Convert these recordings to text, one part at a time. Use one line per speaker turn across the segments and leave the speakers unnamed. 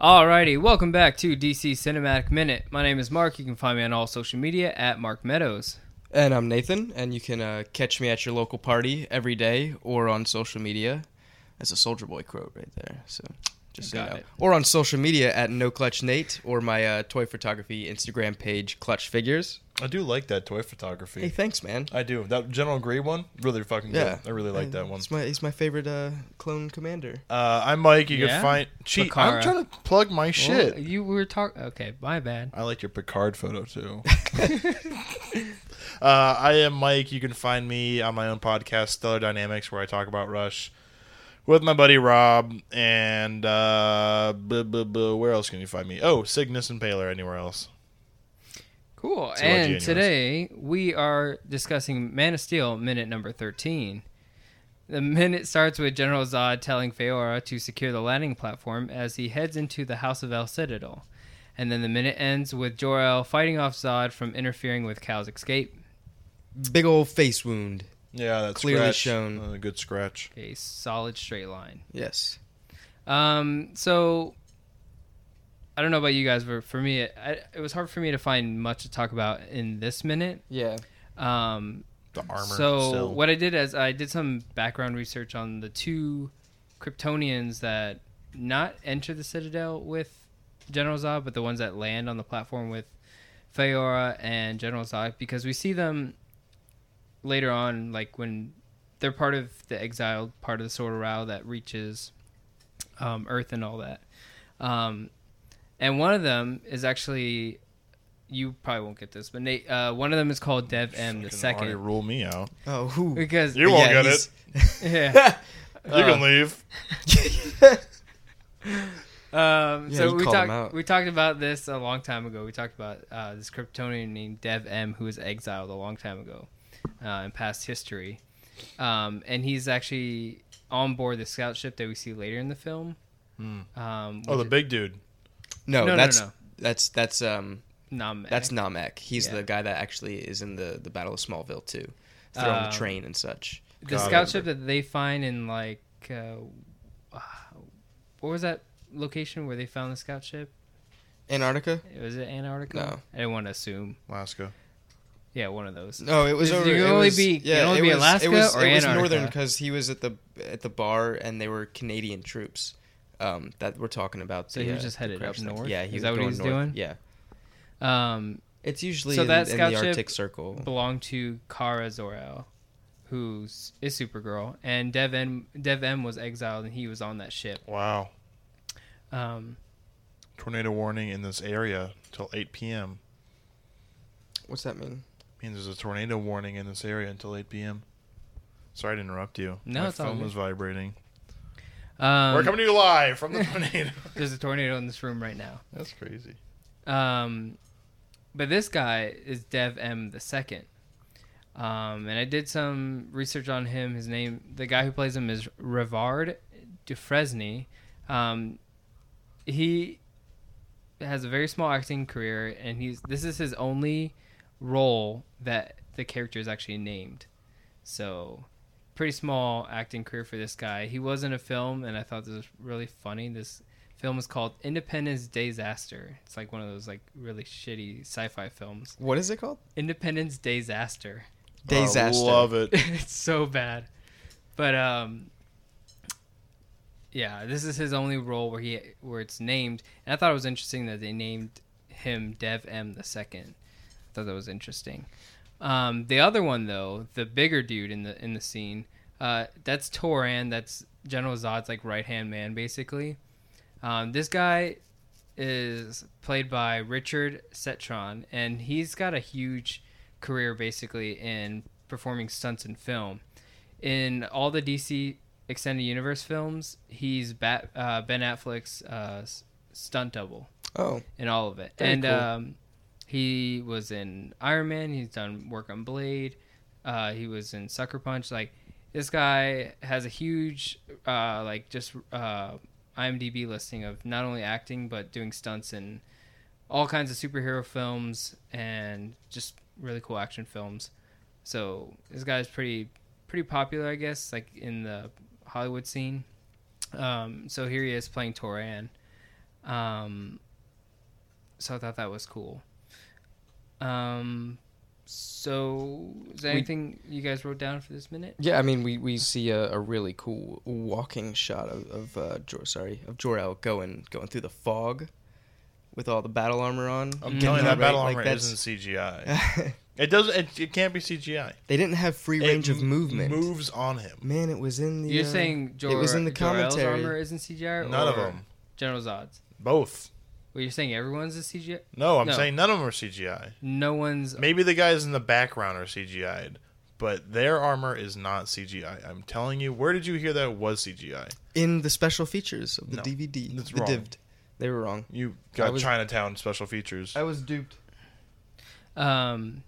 Alrighty, welcome back to DC Cinematic Minute. My name is Mark. You can find me on all social media at Mark Meadows.
And I'm Nathan, and you can uh, catch me at your local party every day or on social media. That's a Soldier Boy quote right there. So just so you
Got
know.
it.
Or on social media at No Clutch Nate or my uh, toy photography Instagram page, Clutch Figures.
I do like that toy
Hey,
photography.
thanks, man.
I do. That General Grey one, really fucking
Yeah, Uh,
good. I really like that one.
He's my, he's my favorite uh, clone commander.
Uh, I'm Mike. You
Yeah?
can find. Cheat. I'm
Picara.
trying to plug my
Well,
shit.
you were talking. Okay, my bad.
I like your Picard photo too. uh, I am Mike. You can find me on my own podcast, Stellar Dynamics, where I talk about Rush with my buddy Rob. And uh, buh, buh, buh, where else can you find me? Oh, Cygnus and Paler. Anywhere else?
Cool.
So what'd you
and
anyways?
today we are discussing Man of Steel, minute number 13. The minute starts with General Zod telling Feora to secure the landing platform as he heads into the House of El Citadel. And then the minute ends with Jor-El fighting off Zod from interfering with Cal's escape
Big old face wound.
Yeah, that's
Clearly
scratch.
shown.
Uh, good scratch.
a solid straight line.
Yes.
Um, so I don't know about you guys, but for me, it, I, it was hard for me to find much to talk about in this minute.
Yeah.
Um,
The armor.
so
still.
what I did is I did some background research on the two Kryptonians that not enter the Citadel with General Zod, but the ones that land on the platform with Feora and General Zod, because we see them later on, like when they're part of the exiled part of the Sword of Rao that reaches um, Earth and all that. Um, and one of them is actually. You probably won't get this, but Nate, uh, one of them is called Dev M. The
You can already
second,
rule me out.
Oh, who?
because
You won't
Yeah,
get it.
yeah.
You can leave.
he's-
Um,
Yeah,
so
you
we
called him
talked
out.
we talked about this a long time ago. We talked about uh, this Kryptonian named Dev M who was exiled a long time ago uh, in past history, um, and he's actually on board the scout ship that we see later in the film.
Hmm.
Um,
Oh, the
which
big oh, dude.
no,
No, no,
that's
no.
that's that's um
is Namek.
that's Namek. He's
Yeah.
the guy that actually is in the the Battle of Smallville too, throwing
Um,
the train and such.
the
God,
scout ship that they find in like uh, uh, what was that location where they found the scout ship?
Antarctica?
Was it Antarctica?
No.
I didn't want to assume.
Alaska.
Yeah, one of those.
No, it was
You
over.
can
it
only
was-
be- you can only be Alaska
it was,
or
it was
Antarctica.
northern because he was at the at the bar and they were Canadian troops um, that we're talking about.
So
the,
he was
uh,
just
the
headed
crab
up
stuff.
north?
Yeah,
Is
he was
that what
going
he's
north.
doing?
Yeah,
Um,
it's usually
So
in,
that
in
scout
the
ship
Arctic Circle.
belonged to Kara Zor-El, who is Supergirl, and Dev M, Dev M was exiled, and he was on that ship.
Wow.
Um,
Tornado warning in this area till 8 p.m.
What's that mean?
Means there's a tornado warning in this area until 8 p.m. Sorry to interrupt you.
No,
My
it's all
phone
good.
was vibrating.
um,
We're coming to you live from the tornado.
there's a tornado in this room right now.
That's crazy.
Um, but this guy is Dev M the second. Um, and I did some research on him. His name, the guy who plays him is Rivard Dufresne. Um, he has a very small acting career, and he's this is his only role that the character is actually named. So, pretty small acting career for this guy. He was in a film, and I thought this was really funny. This film is called Independence Disaster. It's like one of those like really shitty sci-fi films.
What is it called?
Independence Disaster.
Disaster.
I love it.
it's so bad. But um yeah, this is his only role where he where it's named. And I thought it was interesting that they named him Dev M the second. I thought that was interesting. Um, the other one though, the bigger dude in the in the scene, uh, that's Toran. That's General Zod's like right hand man basically. Um, this guy is played by Richard Setron, and he's got a huge career basically in performing stunts in film. In all the DC Extended Universe films, he's Bat, uh, Ben Affleck's uh, s- stunt double
Oh,
in all of it.
Very
and
cool.
um, he was in Iron Man. He's done work on Blade. Uh, he was in Sucker Punch. Like this guy has a huge, uh, like just uh, IMDb listing of not only acting but doing stunts in all kinds of superhero films and just really cool action films. So this guy's pretty pretty popular, I guess, like in the Hollywood scene. Um, so here he is playing Toran. Um, so I thought that was cool. Um, so is there
We-
anything you guys wrote down for this minute?
Yeah, I mean, we, we see a, a really cool walking shot of, of uh, Jor, sorry, of Jor El going going through the fog, with all the battle armor on.
I'm
Mm.
telling you,
Yeah,
that battle
Right,
armor
like, that's-
isn't CGI. It doesn't. It, it can't be CGI.
they didn't have free range
It
of
m-
movement.
moves on him.
Man, it was in the.
You're
uh,
saying Jor-
it was in the
Jor-El's
commentary.
armor isn't CGI?
None of
or
them.
General Zod's.
Both.
Well, you're saying everyone's a CGI?
No, I'm
No.
saying none of them are CGI.
No one's.
Maybe the guys in the background are CGI'd, but their armor is not CGI. I'm telling you. Where did you hear that was CGI?
in the special features of the
No,
DVD.
that's
the
wrong.
divd. They were wrong.
You got
I was-
Chinatown special features.
was duped.
Um,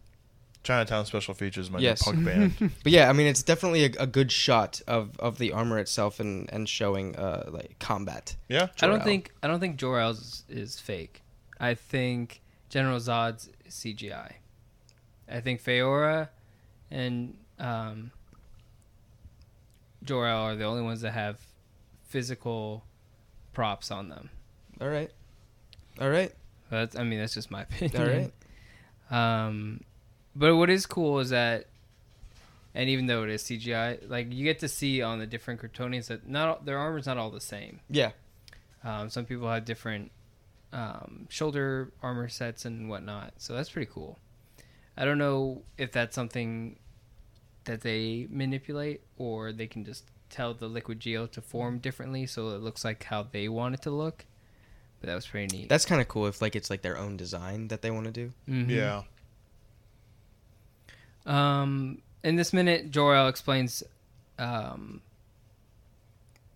Chinatown special features, is my
Yes.
new punk band.
But yeah, I mean, it's definitely a, a good shot of, of the armor itself and and showing uh like combat.
I
yeah.
don't
Jor-El.
think I don't think Jor El's is, is fake. I think General Zod's is CGI. I think Feora and um, Jor El are the only ones that have physical props on them.
All right, all right,
That's I mean that's just my opinion.
all right.
Um, but what is cool is that, and even though it is CGI, like you get to see on the different Kryptonians that not all- their armor's not all the same.
Yeah,
Um, some people have different um, shoulder armor sets and whatnot, so that's pretty cool. I don't know if that's something that they manipulate or they can just tell the liquid geo to form differently so it looks like how they want it to look. But that was pretty neat.
that's kind of cool. If like it's like their own design that they want to do.
Mhm.
Yeah.
Um, in this minute, Jor-El explains um,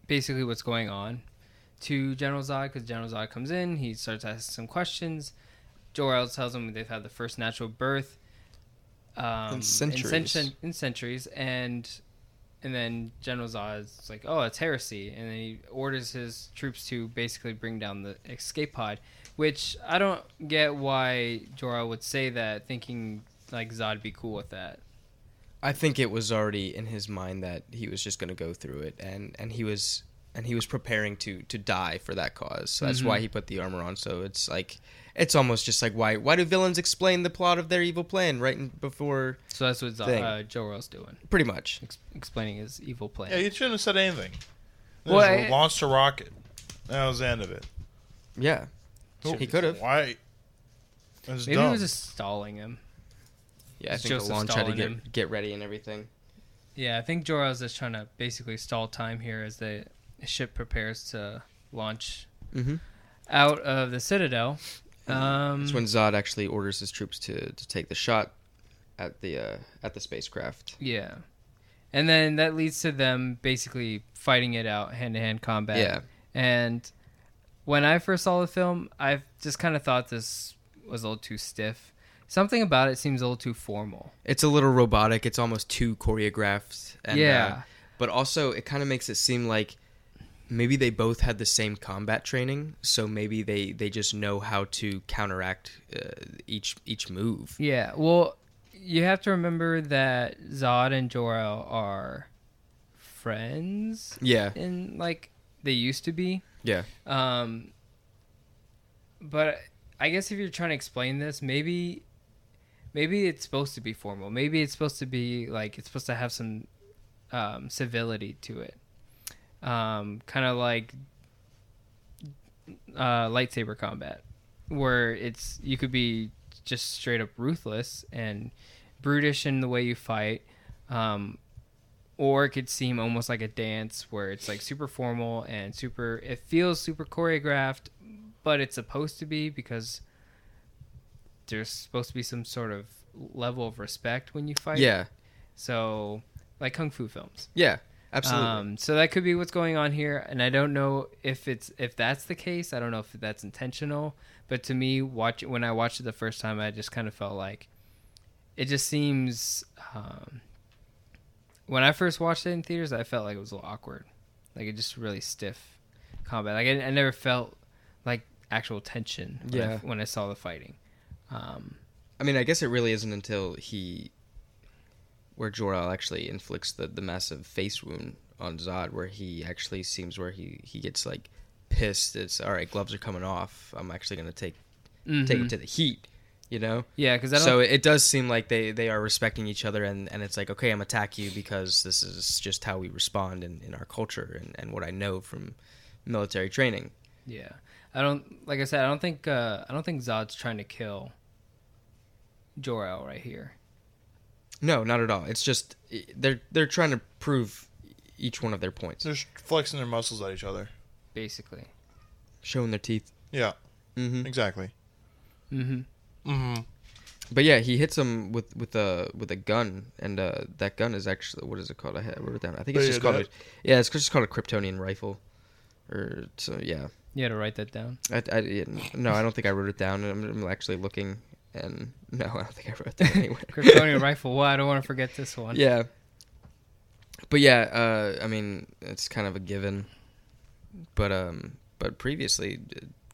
basically what's going on to General Zod because General Zod comes in. He starts asking some questions. Jor-El tells him they've had the first natural birth um,
centuries.
In, centu- in centuries, and and then General Zod's like, "Oh, it's heresy," and then he orders his troops to basically bring down the escape pod. Which I don't get why Jor-El would say that, thinking like Zod'd be cool with that.
I think it was already in his mind that he was just going to go through it, and and he was and he was preparing to to die for that cause. So that's
Mm-hmm.
why he put the armor on. So it's like it's almost just like why why do villains explain the plot of their evil plan right in, before?
So that's what Zod,
Thing.
uh, Jor-El's doing,
Pretty much.
ex- explaining his evil plan.
Yeah. You shouldn't have said anything. They
Well,
just
I-
launched a rocket. That was the end of it.
Yeah, he could have.
Why? That's
Maybe
dumb.
it was just stalling him.
Yeah, I
It's
think the
Joseph
launch had to
Stalin
get
him.
get ready and everything.
Yeah, I think Jor-El's just trying to basically stall time here as the ship prepares to launch
Mm-hmm.
out of the Citadel. Um,
That's when Zod actually orders his troops to, to take the shot at the uh, at the spacecraft.
Yeah. And then that leads to them basically fighting it out, hand to hand combat.
Yeah.
And when I first saw the film, I just kind of thought this was a little too stiff. Something about it seems a little too formal.
It's a little robotic. It's almost too choreographed. And,
Yeah.
uh, but also, it kind of makes it seem like maybe they both had the same combat training, so maybe they, they just know how to counteract uh, each each move.
Yeah. Well, you have to remember that Zod and Jor-El are friends
Yeah,
and like they used to be.
yeah.
Um, but I guess if you're trying to explain this, maybe, maybe it's supposed to be formal. Maybe it's supposed to be like it's supposed to have some um, civility to it. Um, kind of like uh, lightsaber combat, where it's you could be just straight up ruthless and brutish in the way you fight. Um, or it could seem almost like a dance where it's like super formal and super it feels super choreographed but it's supposed to be because there's supposed to be some sort of level of respect when you fight
Yeah,
so like kung fu films
yeah. Absolutely.
um, so that could be what's going on here, and I don't know if it's if that's the case. I don't know if that's intentional, but to me, watch when I watched it the first time, I just kind of felt like it just seems. Um, when I first watched it in theaters, I felt like it was a little awkward, like it just really stiff combat. Like I, I never felt like actual tension. When I,
Yeah.
when I saw the fighting. Um,
I mean, I guess it really isn't until he, where Jor El actually inflicts the, the massive face wound on Zod, where he actually seems where he he gets like pissed. It's all right. Gloves are coming off. I'm actually gonna take take them
Mhm.
to the heat. You know.
Yeah, because I don't.
So it it does seem like they, they are respecting each other, and, and it's like, okay, I'm attack you because this is just how we respond in, in our culture and, and what I know from military training.
yeah, I don't. Like I said, I don't think. Uh, I don't think Zod's trying to kill Jor El right here.
No, not at all. It's just i- they're they're trying to prove each one of their points,
They're flexing their muscles at each other.
Basically.
showing their teeth.
Yeah,
hmm
exactly.
Mm-hmm.
Mm-hmm.
But yeah, he hits him with with a with a gun, and uh, that gun is actually what is it called? I had- I wrote it down. I think it's
Oh,
just
yeah,
called. A, yeah, it's just called a Kryptonian rifle, or so. Yeah,
You had to write that down.
I, I didn't- no, I don't think I wrote it down. I'm, I'm actually looking, and no, I don't think I wrote it down anywhere.
Kryptonian rifle. Well, I don't want to forget this one.
Yeah. But yeah, uh, I mean, it's kind of a given. But um, but previously,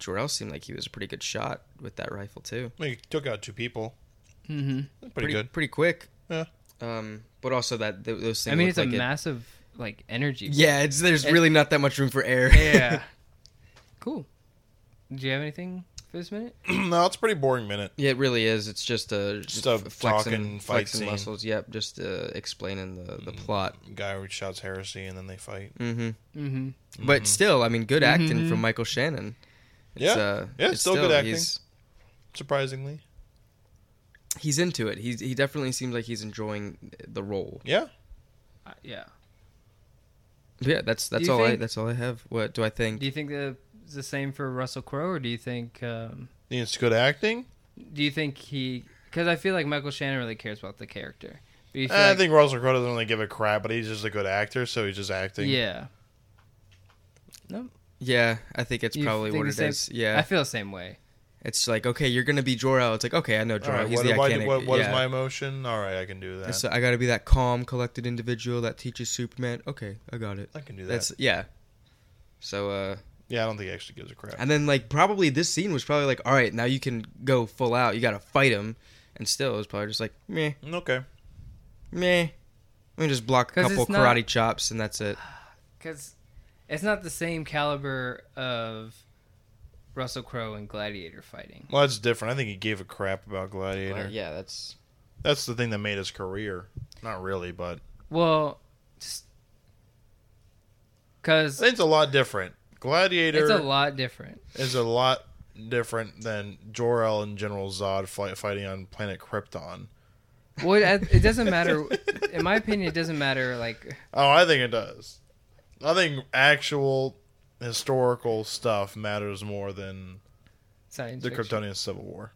Jorel seemed like he was a pretty good shot with that rifle too.
I mean, he took out two people.
Mm-hmm.
Pretty, good.
pretty quick.
Yeah.
Um, but also that th- those things.
I mean,
look
it's
like
a
it-
massive like energy.
yeah, it's there's
it-
really not that much room for air.
yeah. Cool. Do you have anything for this minute?
no, it's a pretty boring minute.
Yeah, it really is. It's just uh, just
a
f- flexing,
talking fight
flexing
scene. Mm.
muscles. Yep, just uh, explaining the the plot.
Guy who shouts heresy and then they fight.
Mm-hmm.
Mm-hmm.
But still, I mean, good acting
Mhm.
from Michael Shannon. uh,
Yeah. Yeah, it's still good acting.
He's,
Surprisingly,
he's into it. He's he definitely seems like he's enjoying the role.
yeah.
Uh, yeah.
But yeah, that's that's
you
all I
think-
that's all I have. What do I think?
Do you think the it's the same for Russell Crowe, or do you think um,
Think It's good acting.
do you think he? Because I feel like Michael Shannon really cares about the character. But you feel
Eh, I
like-
think Russell Crowe doesn't really give a crap, but he's just a good actor, so he's just acting.
Yeah,
yeah, I think it's
You
probably
think
what
the
it is.
same-
Yeah,
I feel the same way.
it's like okay, you're gonna be Jor El. It's like okay, I know
All
Jor El.
right.
He's
What,
the
do I do-
iconic.
what- what is
yeah.
my emotion? All right, I can do that.
It's, I got to be that calm, collected individual that teaches Superman. Okay, I got it.
I can do that.
That's yeah. So uh
yeah, I don't think he actually gives a crap.
and then like probably this scene was probably like all right, now you can go full out. You got to fight him. And still it was probably just like meh,
Okay.
meh. Let me just block a
'Cause
couple
it's not-
karate chops and that's it.
Because it's not the same caliber of Russell Crowe and Gladiator fighting.
Well, that's different. I think he gave a crap about Gladiator.
Well, yeah, that's
That's the thing that made his career. Not really, but
Well, just because
it's a lot different. Gladiator
it's a lot different.
is a lot different than Jor El and General Zod fly- fighting on planet Krypton.
Well, it it doesn't matter. In my opinion, it doesn't matter. Like,
Oh, I think it does. I think actual historical stuff matters more than
science
the
fiction.
Kryptonian Civil War.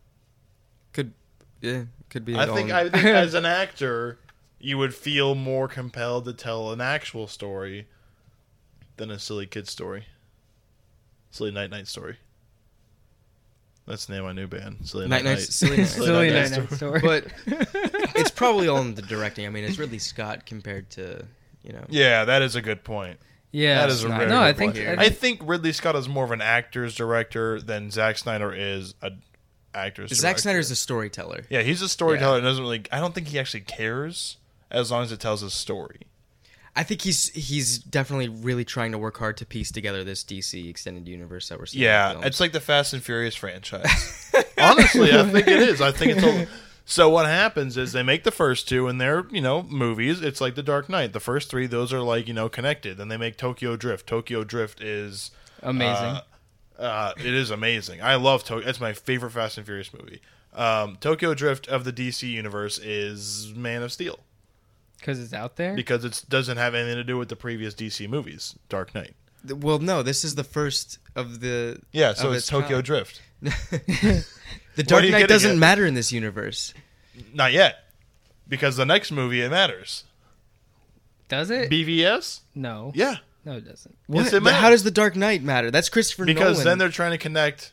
could yeah, could be
I
all
think
in-
I think as an actor, you would feel more compelled to tell an actual story than a silly kid story. Silly night night story. That's the name of my new band. Silly night
Night
night.
Nights- Silly Night-
Silly
Night
Night Night Story.
but it's probably all in the directing. I mean, it's Ridley Scott compared to, you know.
Yeah, that is a good point.
yeah,
that is a
no,
very
no,
good
I think,
point.
I
I
think
think Ridley Scott is more of an actor's director than Zack Snyder is a actor's.
Zack
director.
Snyder's a storyteller.
yeah, he's a storyteller and doesn't really. I don't think he actually cares as long as it tells his story.
I think he's he's definitely really trying to work hard to piece together this DC extended universe that we're seeing. in
Yeah,
films.
it's like the Fast and Furious franchise. Honestly, I think it is. I think it's all. So what happens is they make the first two, and they're you know movies. It's like The Dark Knight. The first three, those are like you know connected. Then they make Tokyo Drift. Tokyo Drift is
amazing.
uh, uh, it is amazing. I love Tokyo. It's my favorite Fast and Furious movie. Um, Tokyo Drift of the DC universe is Man of Steel
Because it's out there.
because it doesn't have anything to do with the previous DC movies. Dark Knight.
Th- well, no, this is the first of the
Yeah, so
of
it's Tokyo
kind.
Drift.
the
are
Dark
you
Knight
getting
doesn't
at?
matter in this universe.
Not yet, because the next movie it matters.
Does it?
BVS?
no.
Yeah.
No, it doesn't.
What?
it
But how
matters.
does the Dark Knight matter? That's Christopher
Because
Nolan.
then they're trying to connect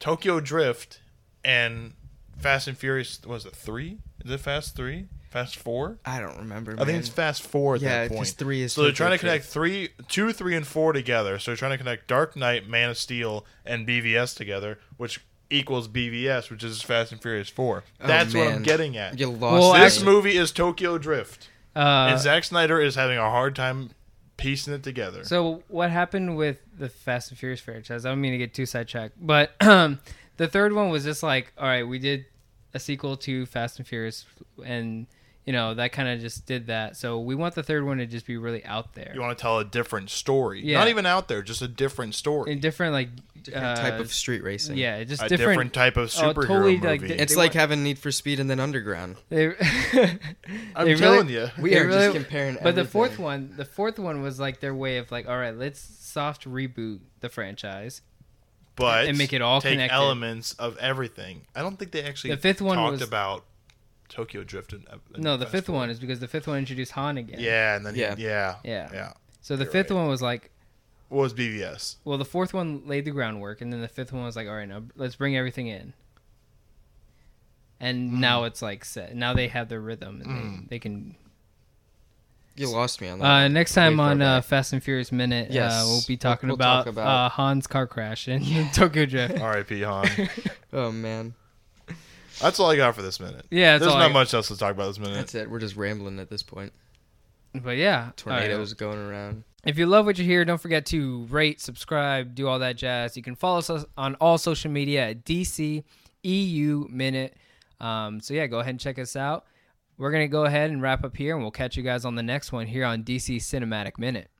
Tokyo Drift and Fast and Furious. what Was it three? Is it Fast three? Fast four?
I don't remember.
I think it's Fast four at
Yeah,
that
'cause
point.
three is
so they're
Tokyo
trying to
Drift.
connect three, two, three, and four together. So they're trying to connect Dark Knight, Man of Steel, and BVS together, which equals BVS, which is Fast and Furious four.
Oh,
That's what
man.
I'm getting at.
you lost.
Well,
me.
this movie is Tokyo Drift,
Uh,
and Zack Snyder is having a hard time piecing it together.
So what happened with the Fast and Furious franchise? I don't mean to get too sidetracked, but um, the third one was just like, all right, we did a sequel to Fast and Furious, and you know that kind of just did that. So we want the third one to just be really out there,
you want to tell a different story,
Yeah.
not even out there, just a different story,
in different like
Different
uh,
type of street racing.
yeah, just
a different,
different.
type of
Oh,
superhero
totally,
movie.
like, di-
It's
They
like
want-
having Need for Speed and then Underground.
they-
I'm
they really-
telling you,
We
They
are
really-
just comparing.
But the fourth
everything.
one, the fourth one was like their way of like, all right, let's soft reboot the franchise.
but
and make it all
take
connected.
elements of everything. I don't think they actually
The fifth one
talked
was-
about Tokyo Drift. And, and
No, the
Fast
fifth
Forward.
one is because the fifth one introduced Han again.
Yeah, and then yeah,
Yeah.
yeah,
Yeah.
yeah.
So the
You're
fifth
right.
one was like,
What was BVS?
well, the fourth one laid the groundwork, and then the fifth one was like, all right, now let's bring everything in. And now it's like set. Now they have their rhythm, and they, they can.
You lost me on that.
Uh, next time
Way far
on uh,
back.
Fast and Furious Minute, uh,
Yes.
we'll be
We'll-
talking
we'll
about,
talk about-
Uh, Han's car crash in Tokyo Drift.
R.I.P. Han.
oh man,
That's all I got for this minute.
Yeah, that's
There's
all
not
I-
much else to talk about this minute.
that's it. We're just rambling at this point.
But yeah, all right.
Tornadoes going around.
If you love what you hear, don't forget to rate, subscribe, do all that jazz. You can follow us on all social media at DC EU Minute. Um, so yeah, go ahead and check us out. We're gonna go ahead and wrap up here, and we'll catch you guys on the next one here on DC Cinematic Minute.